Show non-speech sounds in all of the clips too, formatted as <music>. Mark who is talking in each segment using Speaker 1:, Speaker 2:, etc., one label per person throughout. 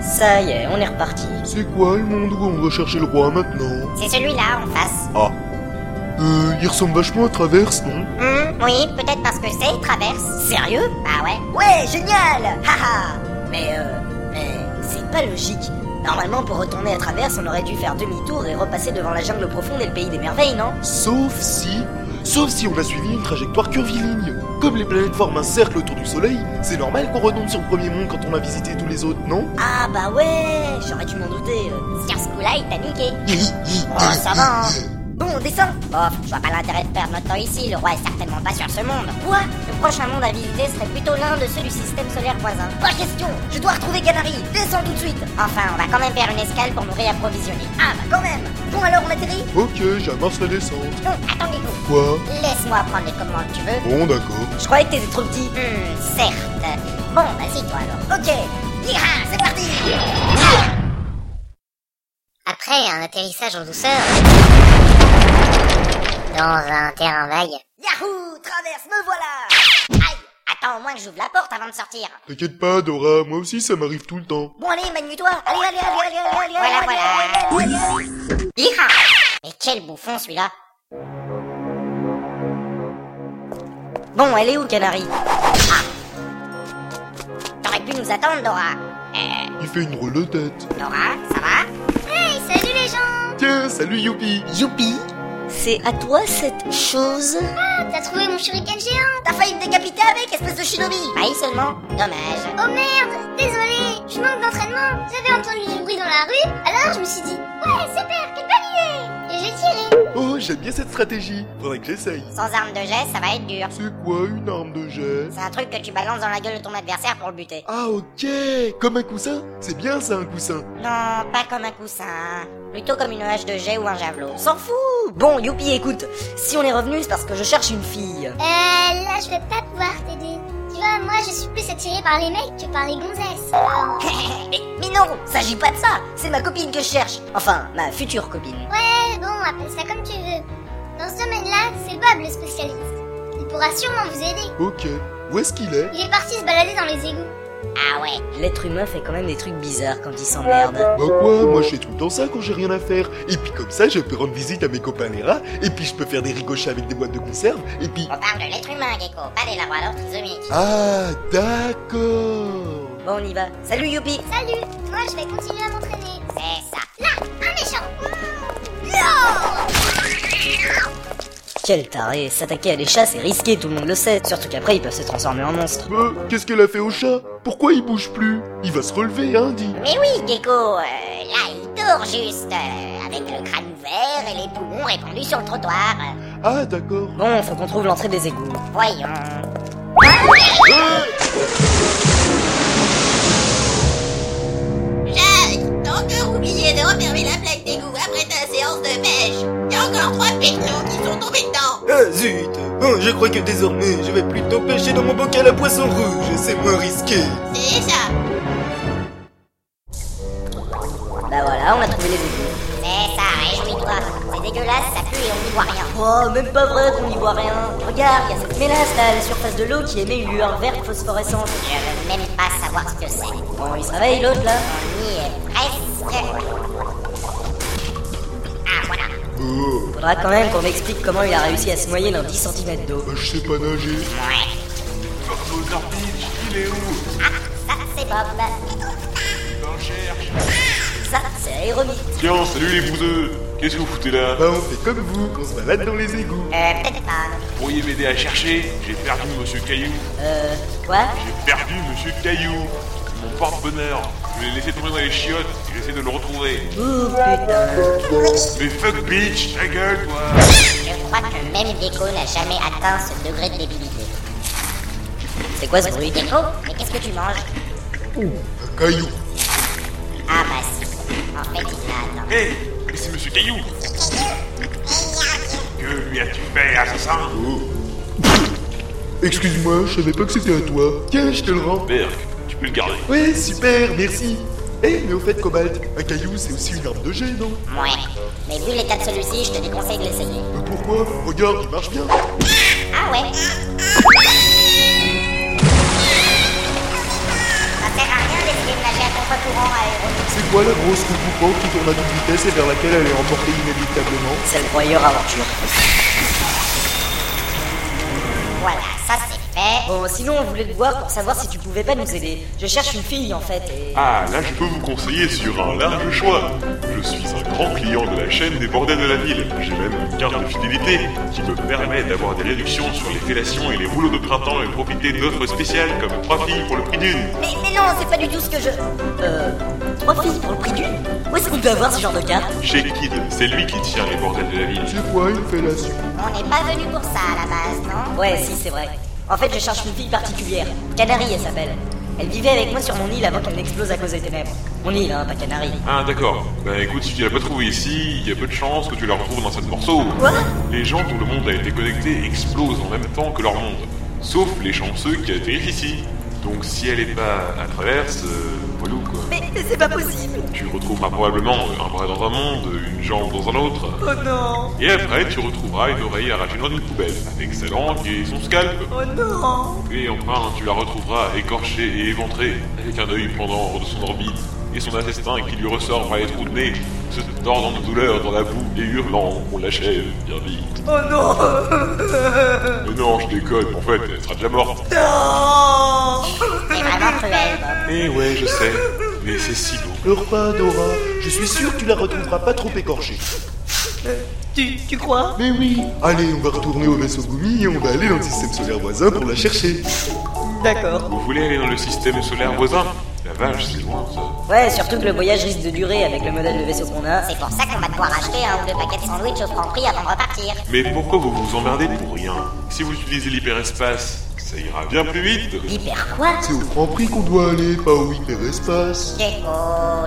Speaker 1: ça y est, on est reparti.
Speaker 2: C'est quoi le monde où on va chercher le roi maintenant
Speaker 3: C'est celui-là, en face.
Speaker 2: Ah. Euh, il ressemble vachement à Traverse, non
Speaker 3: Hum, oui, peut-être parce que c'est Traverse.
Speaker 1: Hmm? Sérieux
Speaker 3: Bah ouais.
Speaker 1: Ouais, génial Haha Mais euh, mais c'est pas logique. Normalement, pour retourner à Traverse, on aurait dû faire demi-tour et repasser devant la jungle profonde et le pays des merveilles, non
Speaker 2: Sauf si. Sauf si on a suivi une trajectoire curviligne. Comme les planètes forment un cercle autour du Soleil, c'est normal qu'on retombe sur le premier monde quand on a visité tous les autres,
Speaker 1: <laughs>
Speaker 2: non
Speaker 1: Ah bah ouais J'aurais dû m'en douter. euh.
Speaker 3: Sur ce coup-là, il t'a niqué.
Speaker 2: Ah,
Speaker 1: Oh, ça va, hein Bon, on descend
Speaker 3: Bon, je vois pas l'intérêt de perdre notre temps ici, le roi est certainement pas sur ce monde.
Speaker 1: Quoi Le prochain monde à visiter serait plutôt l'un de ceux du système solaire voisin. Pas question Je dois retrouver Canary Descends tout de suite
Speaker 3: Enfin, on va quand même faire une escale pour nous réapprovisionner.
Speaker 1: Ah bah quand même Bon alors, on atterrit
Speaker 2: Ok, j'amorce la descente.
Speaker 3: Non, attendez-vous.
Speaker 2: Quoi
Speaker 3: Laisse-moi prendre les commandes, tu veux
Speaker 2: Bon, d'accord.
Speaker 1: Je croyais que t'étais trop petit.
Speaker 3: Hum, certes. Bon, vas-y, toi alors.
Speaker 1: Ok Yira, c'est parti
Speaker 3: Après un atterrissage en douceur, dans un terrain vague.
Speaker 1: Yahoo Traverse, me voilà
Speaker 3: Aïe Attends au moins que j'ouvre la porte avant de sortir.
Speaker 2: T'inquiète pas, Dora, moi aussi ça m'arrive tout le temps.
Speaker 1: Bon allez, magne-toi Allez, allez, allez, allez, allez, allez
Speaker 3: Voilà,
Speaker 1: allez, allez,
Speaker 3: voilà.
Speaker 1: allez, allez, allez.
Speaker 3: Hiha Mais quel bouffon celui-là
Speaker 1: Bon, elle est où, Canary
Speaker 3: Ah. T'aurais pu nous attendre, Dora. Euh,
Speaker 2: Il fait une drôle de tête.
Speaker 3: Dora, ça va Hey, salut les gens
Speaker 2: Tiens, salut Youpi
Speaker 1: Youpi C'est à toi cette chose
Speaker 4: Ah,
Speaker 3: T'as trouvé mon shuriken géant
Speaker 1: T'as failli me décapiter avec, espèce de shinobi
Speaker 3: Paille seulement Dommage.
Speaker 4: Oh merde, désolé, je manque d'entraînement. J'avais entendu du bruit dans la rue, alors je me suis dit, ouais, super, quelle bonne idée Et j'ai tiré.
Speaker 2: Oh, j'aime bien cette stratégie. Faudrait que j'essaye.
Speaker 3: Sans arme de jet, ça va être dur.
Speaker 2: C'est quoi une arme de jet
Speaker 3: C'est un truc que tu balances dans la gueule de ton adversaire pour le buter.
Speaker 2: Ah ok, comme un coussin C'est bien ça un coussin.
Speaker 3: Non, pas comme un
Speaker 1: hein.
Speaker 3: coussin. Plutôt comme une hache de jet ou un javelot.
Speaker 1: On s'en fout Bon, Youpi, écoute, si on est revenu, c'est parce que je cherche une fille.
Speaker 4: Euh, là, je vais pas pouvoir t'aider. Tu vois, moi, je suis plus attirée par les mecs que par les gonzesses. Alors,
Speaker 1: Mais, mais non, s'agit pas de ça C'est ma copine que je cherche Enfin, ma future copine.
Speaker 4: ouais, bon, appelle ça comme tu veux. Dans ce domaine-là, c'est Bob le spécialiste. Il pourra sûrement vous aider.
Speaker 2: Ok, où est-ce qu'il est
Speaker 4: Il est parti se balader dans les égouts.
Speaker 3: Ah ouais.
Speaker 1: L'être humain fait quand même des trucs bizarres quand il s'emmerde.
Speaker 2: Bah quoi, moi je fais tout le temps ça quand j'ai rien à faire. Et puis comme ça, je peux rendre visite à mes copains les rats, et puis je peux faire des ricochets avec des boîtes de conserve, et puis...
Speaker 5: Ah.
Speaker 3: On parle de l'être humain, Gecko, pas des labradors trisomiques.
Speaker 2: Ah, d'accord
Speaker 1: Bon, on y va. Salut Youpi
Speaker 4: Salut, moi, je vais continuer à m'entraîner.
Speaker 3: C'est ça.
Speaker 4: Là, un méchant. Mmh.
Speaker 1: Quel taré S'attaquer à des chats, c'est risqué, tout le monde le sait. Surtout qu'après, ils peuvent se transformer en monstres.
Speaker 2: Euh, qu'est-ce qu'elle a fait au chat Pourquoi il bouge plus Il va se relever, hein, dit.
Speaker 3: Mais oui, Gecko, euh, là, il dort juste, euh, avec le crâne ouvert et les poumons répandus sur le trottoir. euh,
Speaker 2: Ah, d'accord.
Speaker 1: Bon, faut qu'on trouve l'entrée des égouts.
Speaker 3: Voyons.
Speaker 6: Jacques, Euh, t'as encore oublié de refermer la plaque d'égout après ta séance de pêche. Y a encore trois pecnos qui sont tombés dedans.
Speaker 5: Ah zut Oh, Je crois que désormais je vais plutôt pêcher dans mon bocal à poisson rouge, c'est moins risqué.
Speaker 6: C'est ça.
Speaker 1: Bah voilà, on a trouvé les égouts.
Speaker 3: C'est ça, réjouis-toi. C'est dégueulasse, ça pue et on n'y voit rien.
Speaker 1: Oh, même pas vrai qu'on n'y voit rien. Regarde, y a cette mélasse là à la surface de l'eau qui émet une lueur verte phosphorescente.
Speaker 3: Je veux même pas savoir ce que c'est. On
Speaker 1: Bon, il se réveille l'autre là.
Speaker 3: y est presque. Ah, voilà.
Speaker 2: Euh,
Speaker 1: Faudra quand même qu'on m'explique comment il a réussi à se noyer dans 10 cm d'eau.
Speaker 2: bah, je sais pas nager.
Speaker 3: Ouais.
Speaker 7: Il est où
Speaker 3: Ça, c'est Bob.
Speaker 7: J'en cherche.
Speaker 1: Ça, c'est aérobie.
Speaker 7: Tiens, salut les bouseux Qu'est-ce que vous foutez là
Speaker 2: Bah on fait comme vous, on se balade dans les égouts.
Speaker 1: Eh.
Speaker 3: Euh, peut-être pas.
Speaker 7: Vous pourriez m'aider à chercher J'ai perdu Monsieur Caillou.
Speaker 1: Euh, quoi
Speaker 7: J'ai perdu Monsieur Caillou. Mon porte-bonheur. Je l'ai laissé tomber dans les chiottes. J'essaie de le retrouver.
Speaker 1: Ouh, putain.
Speaker 7: Mais fuck bitch, ta gueule quoi
Speaker 3: Je crois que même Gecko n'a jamais atteint ce degré de débilité.
Speaker 1: C'est quoi ce bruit
Speaker 3: Gecko, mais Oh, qu'est-ce que tu manges
Speaker 2: Oh, Un caillou.
Speaker 3: Ah bah si. En fait, il l'a atteint.
Speaker 7: Hé Mais c'est Monsieur Caillou Que lui as-tu fait, assassin
Speaker 2: Excuse-moi, je savais pas que c'était à toi. Tiens, je te le rends.
Speaker 7: Berk, tu peux le garder.
Speaker 2: Ouais, super, merci. Eh, mais au fait, Cobalt, un caillou, c'est aussi une arme de jet, non
Speaker 3: Ouais. Mais vu l'état de celui-ci, je te déconseille de l'essayer.
Speaker 2: Mais Euh, pourquoi Regarde, il marche bien.
Speaker 3: Ah ouais Ça sert à rien d'essayer de nager à contre-courant à aéro.
Speaker 2: voit la grosse coupe coupante qui tourne à toute vitesse et vers laquelle elle est emportée inéluctablement.
Speaker 1: C'est le broyeur aventure.
Speaker 3: Voilà, ça c'est fait.
Speaker 1: Bon, Oh, sinon, on voulait te voir pour savoir si tu pouvais pas nous aider. Je cherche une fille, en fait, et...
Speaker 7: Ah, là je peux vous conseiller sur un large choix. Je suis un grand client de la chaîne des bordels de la ville. J'ai même une carte de fidélité qui me permet d'avoir des réductions sur les fellations et les rouleaux de printemps et profiter d'offres spéciales comme trois filles pour le prix d'une.
Speaker 1: Mais, mais non, c'est pas du tout ce que je... Euh... Trois filles pour le prix d'une Où est-ce qu'on peut avoir ce genre de carte
Speaker 7: Chez Kid, c'est lui qui tient les bordels de la ville.
Speaker 2: C'est quoi une fellation
Speaker 3: On n'est pas venu pour ça à la base, non
Speaker 1: Ouais, si, c'est vrai. En fait, je cherche une fille particulière. Canary, elle s'appelle. Elle vivait avec moi sur mon île avant qu'elle n'explose à cause des ténèbres. Mon île, hein, pas Canary.
Speaker 7: Ah d'accord. Bah écoute, si tu l'as pas trouvé ici, il y a peu de chances que tu la retrouves dans cette morceau.
Speaker 1: Quoi
Speaker 7: Les gens dont le monde a été connecté explosent en même temps que leur monde. Sauf les chanceux qui atterrissent ici. Donc si elle est pas à traverse, euh, voilà quoi.
Speaker 1: Mais, mais c'est pas possible
Speaker 7: Tu retrouveras probablement euh, un bras dans un monde, une jambe dans un autre.
Speaker 1: Oh non
Speaker 7: Et après, tu retrouveras une oreille arrachée dans une poubelle, avec sa langue et son scalp.
Speaker 1: Oh non
Speaker 7: Et enfin, tu la retrouveras écorchée et éventrée, avec un œil pendant hors de son orbite, et son intestin qui lui ressort par les trous de nez, se tordant de douleur dans la boue et hurlant qu'on l'achève bien vite.
Speaker 1: Oh non <laughs>
Speaker 7: Mais non, je déconne, en fait, elle sera déjà morte.
Speaker 1: Non
Speaker 3: C'est vraiment cruel. Bob.
Speaker 7: Eh ouais, je sais, mais c'est si beau.
Speaker 2: Pleure pas, Dora. Je suis sûr que tu la retrouveras pas trop écorchée.
Speaker 1: tu, tu crois
Speaker 2: Mais oui Allez, on va retourner au vaisseau Gumi et on va aller dans le système solaire voisin pour la chercher.
Speaker 1: D'accord.
Speaker 7: Vous voulez aller dans le système solaire voisin La vache, c'est loin ça.
Speaker 1: Ouais, surtout que le voyage risque de durer avec le modèle de vaisseau qu'on a.
Speaker 3: C'est pour ça qu'on va devoir acheter un ou deux paquets de sandwichs au Franprix avant de repartir.
Speaker 7: Mais pourquoi vous vous emmerdez pour rien Si vous utilisez l'hyperespace, ça ira bien plus vite.
Speaker 3: L'hyper quoi
Speaker 2: C'est au franc prix qu'on doit aller, pas au hyperespace.
Speaker 3: Gecko,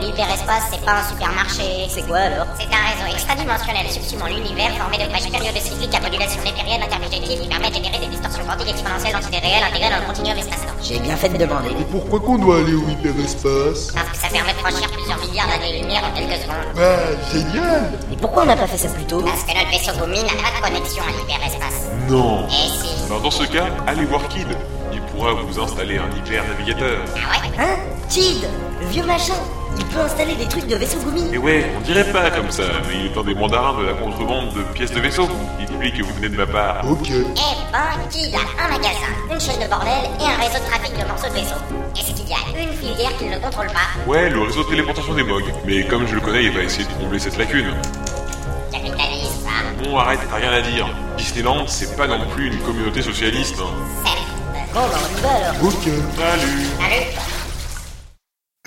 Speaker 3: l'hyperespace c'est pas un supermarché.
Speaker 1: C'est quoi alors
Speaker 3: C'est un réseau extradimensionnel subsumant l'univers formé de brèches périodiques cycliques à modulation népérienne intermégétique qui permet de générer des distorsions quantiques exponentielles d'entités réelles intégrées dans le continuum espace-temps.
Speaker 1: J'ai bien fait de demander.
Speaker 2: Et pourquoi qu'on doit aller au hyperespace
Speaker 3: Parce que ça permet de franchir plusieurs milliards d'années-lumière en quelques secondes.
Speaker 2: Bah, génial
Speaker 1: Mais pourquoi on n'a pas fait ça plus tôt
Speaker 3: Parce que notre vaisseau Gumi n'a pas de connexion à l'hyperespace.
Speaker 7: Non.
Speaker 3: Et si
Speaker 7: Alors dans ce cas, allez voir Kid. Il pourra vous installer un hyper navigateur.
Speaker 3: Ah ouais
Speaker 1: Hein Kid Le vieux machin Il peut installer des trucs de vaisseau Gumi
Speaker 7: Et ouais, on dirait pas comme ça, mais il est un des mandarins de la contrebande de pièces de vaisseau. Il dit que vous venez de ma part.
Speaker 2: Ok.
Speaker 3: Eh ben, Kid a un magasin, une chaîne de bordel et un réseau de trafic de morceaux de vaisseau. Est-ce qu'il y a une filière qu'il ne contrôle pas
Speaker 7: Ouais, le réseau de téléportation des Mog. Mais comme je le connais, il va essayer de combler cette lacune.
Speaker 3: Capitaliste, ça.
Speaker 7: Bon, arrête, t'as rien à dire. Disneyland, c'est pas non plus une communauté socialiste. hein.
Speaker 3: Certes.
Speaker 1: Bon, bah on y va alors.
Speaker 2: Ok.
Speaker 7: Salut
Speaker 3: Salut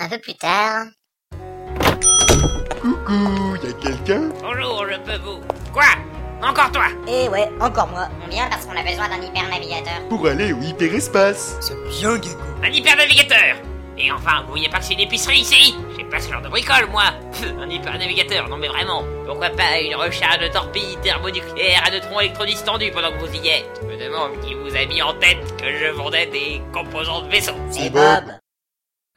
Speaker 4: Un peu plus tard.
Speaker 2: Coucou, y a quelqu'un
Speaker 8: Bonjour, je peux vous. Quoi Encore toi
Speaker 1: Eh ouais, encore moi.
Speaker 3: On vient parce qu'on a besoin d'un hypernavigateur.
Speaker 2: Pour aller au hyperespace.
Speaker 8: Un hypernavigateur Et enfin, vous voyez pas que c'est une épicerie ici J'ai pas ce genre de bricole, moi <laughs> Pff, Un hypernavigateur, non mais vraiment Pourquoi pas une recharge de torpilles thermonucléaires à neutrons électrodistendus pendant que vous y êtes Je me demande qui vous a mis en tête que je vendais des composants de vaisseau.
Speaker 1: C'est Bob.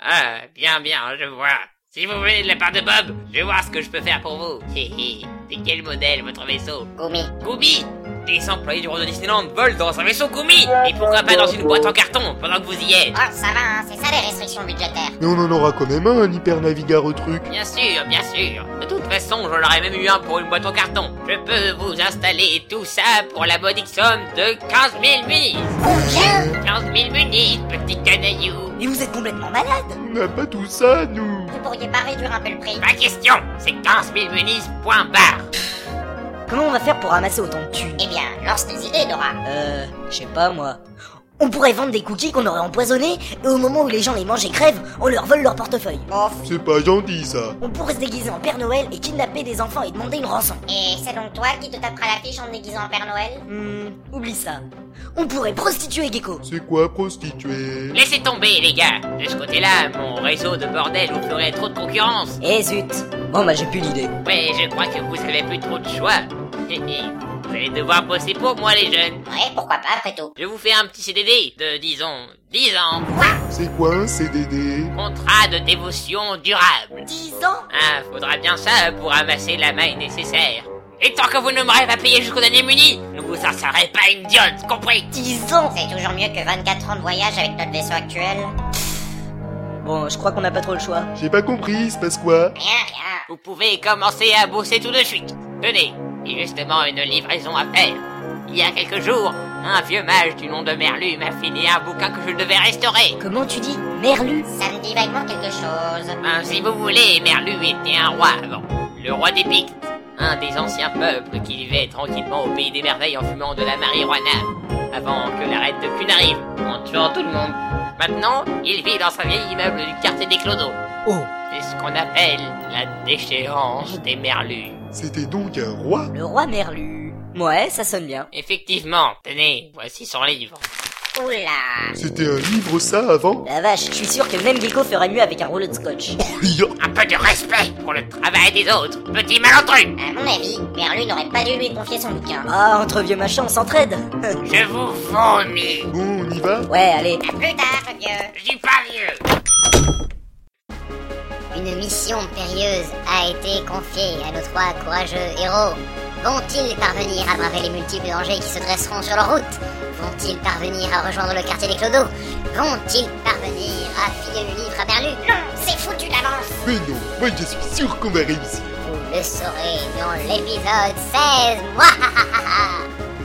Speaker 8: Ah, bien, bien, je vois. Si vous venez de la part de Bob, je vais voir ce que je peux faire pour vous. Hé hé, c'est quel modèle votre vaisseau
Speaker 3: Gumi.
Speaker 8: Gumi Des employés du roi de Disneyland volent dans un vaisseau Gumi Et pourquoi pas dans une boîte en carton pendant que vous y êtes
Speaker 3: Oh, ça va, hein, c'est ça les restrictions budgétaire.
Speaker 2: Mais on en aura quand même un, un hypernavigateur truc.
Speaker 8: Bien sûr, bien sûr De toute façon, j'en aurais même eu un pour une boîte en carton Je peux vous installer tout ça pour la modique somme de 15 000 munis 15 000 munis, petit canaillou
Speaker 1: Mais vous êtes complètement malade
Speaker 2: On n'a pas tout ça, nous.
Speaker 3: Vous pourriez pas réduire un peu le prix
Speaker 8: Ma question, c'est 15 000 munis, point barre
Speaker 1: Comment on va faire pour ramasser autant de thunes
Speaker 3: Eh bien, lance tes idées, Dora.
Speaker 1: Euh, je sais pas moi. On pourrait vendre des cookies qu'on aurait empoisonnés, et au moment où les gens les mangent et crèvent, on leur vole leur portefeuille.
Speaker 2: C'est pas gentil, ça.
Speaker 1: On pourrait se déguiser en Père Noël et kidnapper des enfants et demander une rançon.
Speaker 3: Et c'est donc toi qui te taperas l'affiche en te déguisant en Père Noël
Speaker 1: Hmm, oublie ça. On pourrait prostituer Gecko.
Speaker 2: C'est quoi prostituée
Speaker 8: Laissez tomber, les gars De ce côté-là, mon réseau de bordel vous ferait trop de concurrence
Speaker 1: Eh zut Bon bah j'ai plus l'idée.
Speaker 8: Ouais, je crois que vous avez plus trop de choix. <laughs> Hé, hé. vous allez devoir bosser pour moi, les jeunes.
Speaker 3: Ouais, pourquoi pas, après tout.
Speaker 8: Je vous fais un petit CDD de, disons, 10 ans.
Speaker 2: C'est quoi un CDD
Speaker 8: Contrat de dévotion durable.
Speaker 1: 10 ans
Speaker 8: Hein, faudra bien ça pour amasser la maille nécessaire. Et tant que vous ne m'aurez pas payé jusqu'au dernier muni, ne vous en serez pas une diode, compris
Speaker 1: 10 ans
Speaker 3: C'est toujours mieux que 24 ans de voyage avec notre vaisseau actuel.
Speaker 1: Bon, je crois qu'on n'a pas trop le choix.
Speaker 2: J'ai pas compris, il se passe quoi
Speaker 9: Rien, rien.
Speaker 8: Vous pouvez commencer à bosser tout de suite. Tenez, et justement une livraison à faire. Il y a quelques jours, un vieux mage du nom de Merlu m'a filé un bouquin que je devais restaurer.
Speaker 1: Comment tu dis Merlu
Speaker 9: Ça me dit vaguement quelque chose.
Speaker 8: Ben, si vous voulez, Merlu était un roi avant. Le roi des Pictes, un des anciens peuples qui vivait tranquillement au pays des merveilles en fumant de la marijuana, avant que la reine de Cune arrive, en tuant tout le monde. Maintenant, il vit dans un vieil immeuble du quartier des Clodos.
Speaker 2: Oh.
Speaker 8: C'est ce qu'on appelle la déchéance des Merlus.
Speaker 2: C'était donc un roi
Speaker 1: Le roi Merlu. Ouais, ça sonne bien.
Speaker 8: Effectivement, tenez, voici son livre.
Speaker 9: Oula.
Speaker 2: C'était un livre ça avant <laughs>
Speaker 1: La vache, je suis sûr que même Gecko ferait mieux avec un rouleau de scotch.
Speaker 2: Oh, ya.
Speaker 8: Un peu de respect pour le travail des autres, petit malentru
Speaker 9: À mon avis, Merlu n'aurait pas dû lui confier son bouquin.
Speaker 1: Ah, entre vieux machins, on s'entraide. <laughs>
Speaker 8: Je vous vomis
Speaker 2: Bon, on y va
Speaker 1: ouais, allez.
Speaker 9: À plus tard, vieux.
Speaker 8: Je dis pas vieux
Speaker 3: Une mission périlleuse a été confiée à nos trois courageux héros. Vont-ils parvenir à braver les multiples dangers qui se dresseront sur leur route Vont-ils parvenir à rejoindre le quartier des Clodos Vont-ils parvenir à filer le livre à Merlu
Speaker 9: C'est foutu d'avance.
Speaker 2: Mais non, moi je suis sûr qu'on va réussir
Speaker 3: Vous le saurez dans l'épisode 16 Mouahahaha